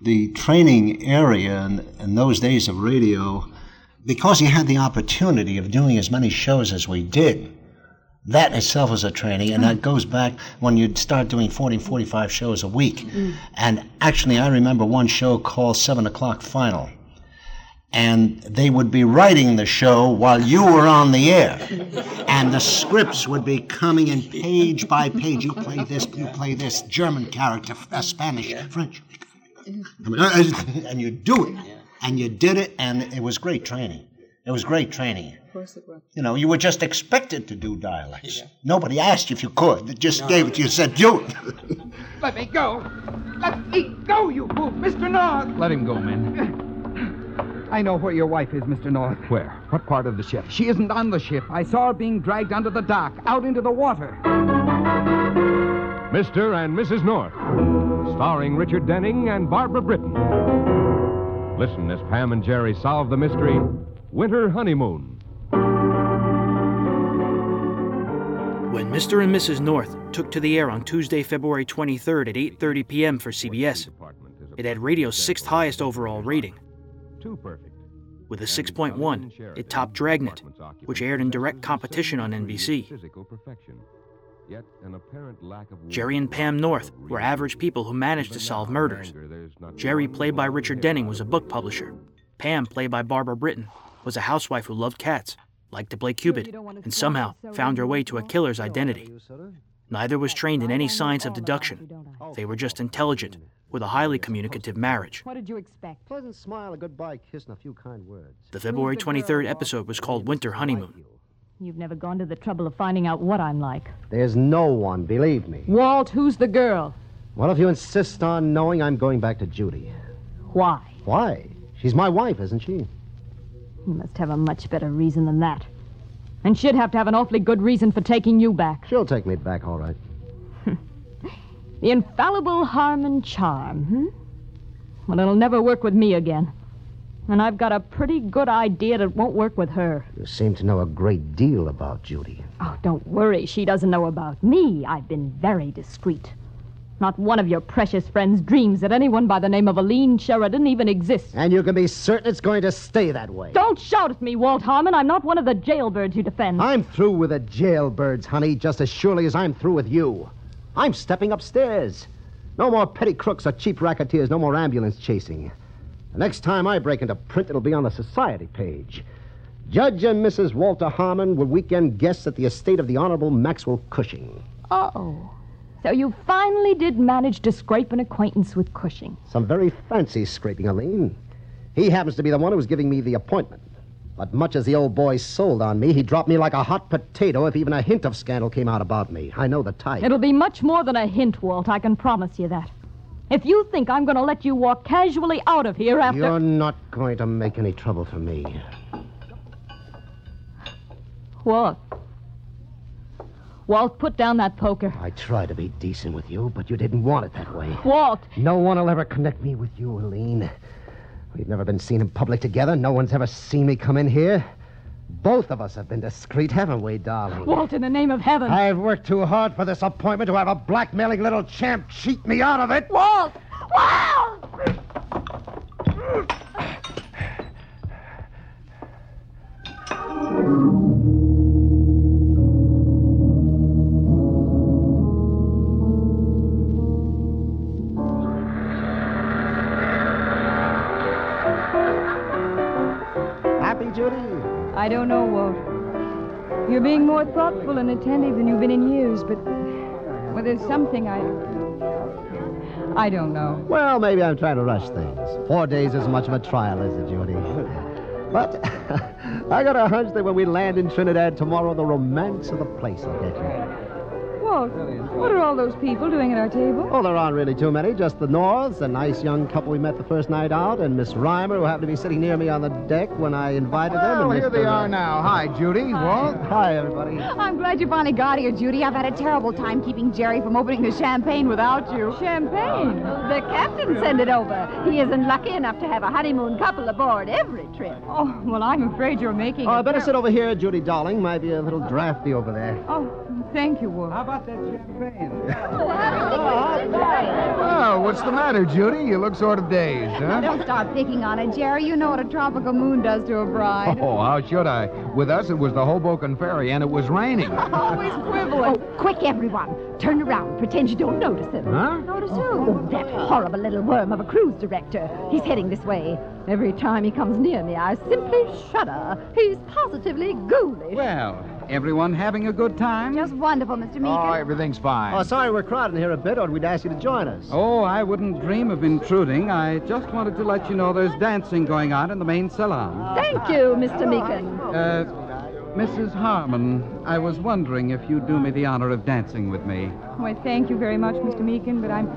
the training area in, in those days of radio, because you had the opportunity of doing as many shows as we did, that itself was a training. And that goes back when you'd start doing 40, 45 shows a week. And actually, I remember one show called 7 O'Clock Final. And they would be writing the show while you were on the air. And the scripts would be coming in page by page. You play this, you play this, German character, uh, Spanish, French. I mean, uh, and you do it. And you did it, and it was great training. It was great training. Of course it was. You know, you were just expected to do dialects. Nobody asked you if you could. They just gave it to you and said, do it. Let me go. Let me go, you fool, Mr. North. Let him go, men. I know where your wife is, Mr. North. Where? What part of the ship? She isn't on the ship. I saw her being dragged under the dock, out into the water. Mr. and Mrs. North, starring Richard Denning and Barbara Britton. Listen as Pam and Jerry solve the mystery Winter Honeymoon. When Mr. and Mrs. North took to the air on Tuesday, February 23rd at 8:30 p.m. for CBS, it had radio's sixth highest overall rating. Too perfect. With a 6.1, it topped Dragnet, which aired in direct competition on NBC. Physical perfection, yet an apparent lack of Jerry and Pam North were average people who managed to solve murders. Jerry, played by Richard Denning, was a book publisher. Pam, played by Barbara Britton, was a housewife who loved cats, liked to play Cupid, and somehow found her way to a killer's identity. Neither was trained in any science of deduction. They were just intelligent, with a highly communicative marriage. What did you expect? Pleasant smile, a goodbye kiss, and a few kind words. The February 23rd episode was called Winter Honeymoon. You've never gone to the trouble of finding out what I'm like. There's no one, believe me. Walt, who's the girl? Well, if you insist on knowing, I'm going back to Judy. Why? Why? She's my wife, isn't she? You must have a much better reason than that. And she'd have to have an awfully good reason for taking you back. She'll take me back, all right. The infallible harm and charm, hmm? Well, it'll never work with me again. And I've got a pretty good idea that it won't work with her. You seem to know a great deal about Judy. Oh, don't worry. She doesn't know about me. I've been very discreet. Not one of your precious friends dreams that anyone by the name of Aline Sheridan even exists. And you can be certain it's going to stay that way. Don't shout at me, Walt Harmon. I'm not one of the jailbirds you defend. I'm through with the jailbirds, honey, just as surely as I'm through with you. I'm stepping upstairs. No more petty crooks or cheap racketeers, no more ambulance chasing. The next time I break into print, it'll be on the society page. Judge and Mrs. Walter Harmon were weekend guests at the estate of the Honorable Maxwell Cushing. Oh. So you finally did manage to scrape an acquaintance with Cushing. Some very fancy scraping, Aline. He happens to be the one who was giving me the appointment. But much as the old boy sold on me, he dropped me like a hot potato if even a hint of scandal came out about me. I know the type. It'll be much more than a hint, Walt. I can promise you that. If you think I'm going to let you walk casually out of here after. You're not going to make any trouble for me. Walt. Walt, put down that poker. I try to be decent with you, but you didn't want it that way. Walt, No one will ever connect me with you, Aline. We've never been seen in public together. No one's ever seen me come in here. Both of us have been discreet, haven't we, darling? Walt, in the name of heaven. I've worked too hard for this appointment to have a blackmailing little champ cheat me out of it. Walt! Walt! Happy, Judy? I don't know, Walt. You're being more thoughtful and attentive than you've been in years, but. Well, there's something I. I don't know. Well, maybe I'm trying to rush things. Four days isn't much of a trial, is it, Judy? But I got a hunch that when we land in Trinidad tomorrow, the romance of the place will hit you. Walt, what are all those people doing at our table? Oh, there aren't really too many. Just the Norths, a nice young couple we met the first night out, and Miss Reimer, who happened to be sitting near me on the deck when I invited them. Well, and here Mr. they are now. Hi, Judy. Walt. Hi, everybody. Oh, I'm glad you finally got here, Judy. I've had a terrible time keeping Jerry from opening the champagne without you. Champagne. The captain sent it over. He isn't lucky enough to have a honeymoon couple aboard every trip. Oh, well, I'm afraid you're making. Oh, I a better ter- sit over here, Judy, darling. Might be a little drafty over there. Oh, Oh, thank you, Walt. Oh, what's the matter, Judy? You look sort of dazed, Now, huh? don't start picking on it, Jerry. You know what a tropical moon does to a bride. Oh, how should I? With us, it was the Hoboken Ferry, and it was raining. Always Oh, quibbling. quick, everyone. Turn around. Pretend you don't notice him. Huh? Notice who? That horrible little worm of a cruise director. He's heading this way. Every time he comes near me, I simply shudder. He's positively ghoulish. Well, everyone having a good time? Just wonderful, Mr. Meeker. Oh, everything's fine. Oh, sorry we're crowding here a bit, or we'd ask you to join us. Oh, I wouldn't dream of intruding. I just wanted to let you know there's dancing going on in the main salon. Thank you, Mr. Meekin. Oh. Uh, Mrs. Harmon, I was wondering if you'd do me the honor of dancing with me. Why, thank you very much, Mr. Meekin, but I'm,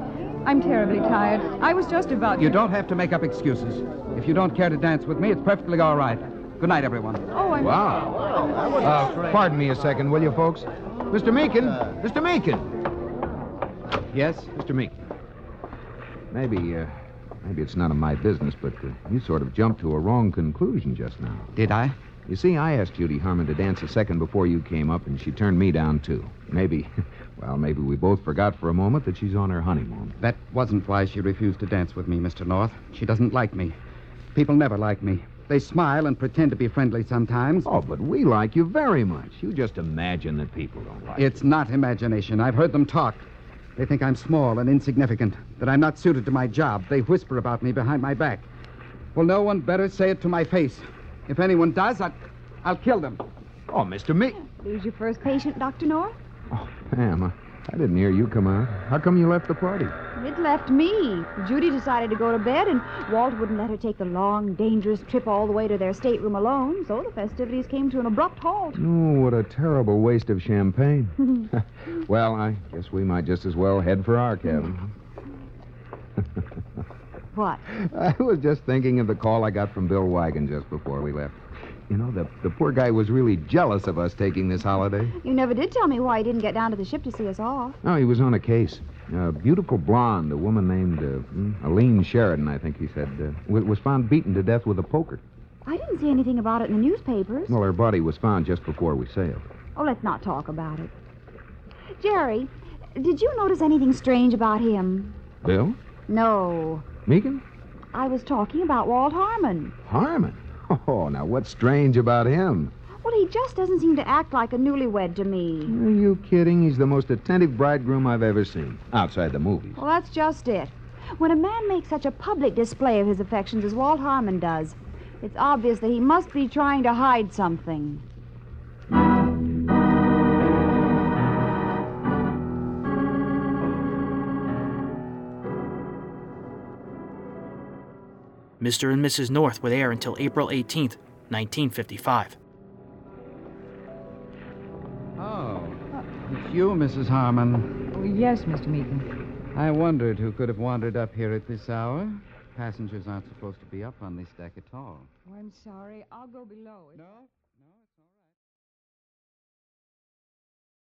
I'm terribly tired. I was just about You to- don't have to make up excuses. If you don't care to dance with me, it's perfectly all right. Good night, everyone. Oh, I'm. Wow. Uh, pardon me a second, will you, folks? Mr. Meakin, Uh. Mr. Meakin. Yes? Mr. Meakin. Maybe, uh, maybe it's none of my business, but uh, you sort of jumped to a wrong conclusion just now. Did I? You see, I asked Judy Harmon to dance a second before you came up, and she turned me down, too. Maybe, well, maybe we both forgot for a moment that she's on her honeymoon. That wasn't why she refused to dance with me, Mr. North. She doesn't like me. People never like me. They smile and pretend to be friendly sometimes. Oh, but we like you very much. You just imagine that people don't like It's not imagination. I've heard them talk. They think I'm small and insignificant, that I'm not suited to my job. They whisper about me behind my back. Well, no one better say it to my face. If anyone does, I, I'll kill them. you. Oh, Mr. Meek. Who's your first patient, Dr. North? Oh, Pam, I, I didn't hear you come out. How come you left the party? It left me. Judy decided to go to bed, and Walt wouldn't let her take the long, dangerous trip all the way to their stateroom alone, so the festivities came to an abrupt halt. Oh, what a terrible waste of champagne. well, I guess we might just as well head for our cabin. What? I was just thinking of the call I got from Bill Wagon just before we left. You know, the, the poor guy was really jealous of us taking this holiday. You never did tell me why you didn't get down to the ship to see us off. No, he was on a case. A beautiful blonde, a woman named uh, hmm, Aline Sheridan, I think he said, uh, wa- was found beaten to death with a poker. I didn't see anything about it in the newspapers. Well, her body was found just before we sailed. Oh, let's not talk about it. Jerry, did you notice anything strange about him? Bill? No. Meekin? I was talking about Walt Harmon. Harmon? Oh, now what's strange about him? Well, he just doesn't seem to act like a newlywed to me. Are you kidding? He's the most attentive bridegroom I've ever seen, outside the movies. Well, that's just it. When a man makes such a public display of his affections as Walt Harmon does, it's obvious that he must be trying to hide something. Mr. and Mrs. North were there until April 18th, 1955. Oh, it's you, Mrs. Harmon. Oh, yes, Mr. Meekin. I wondered who could have wandered up here at this hour. Passengers aren't supposed to be up on this deck at all. Oh, I'm sorry. I'll go below. No?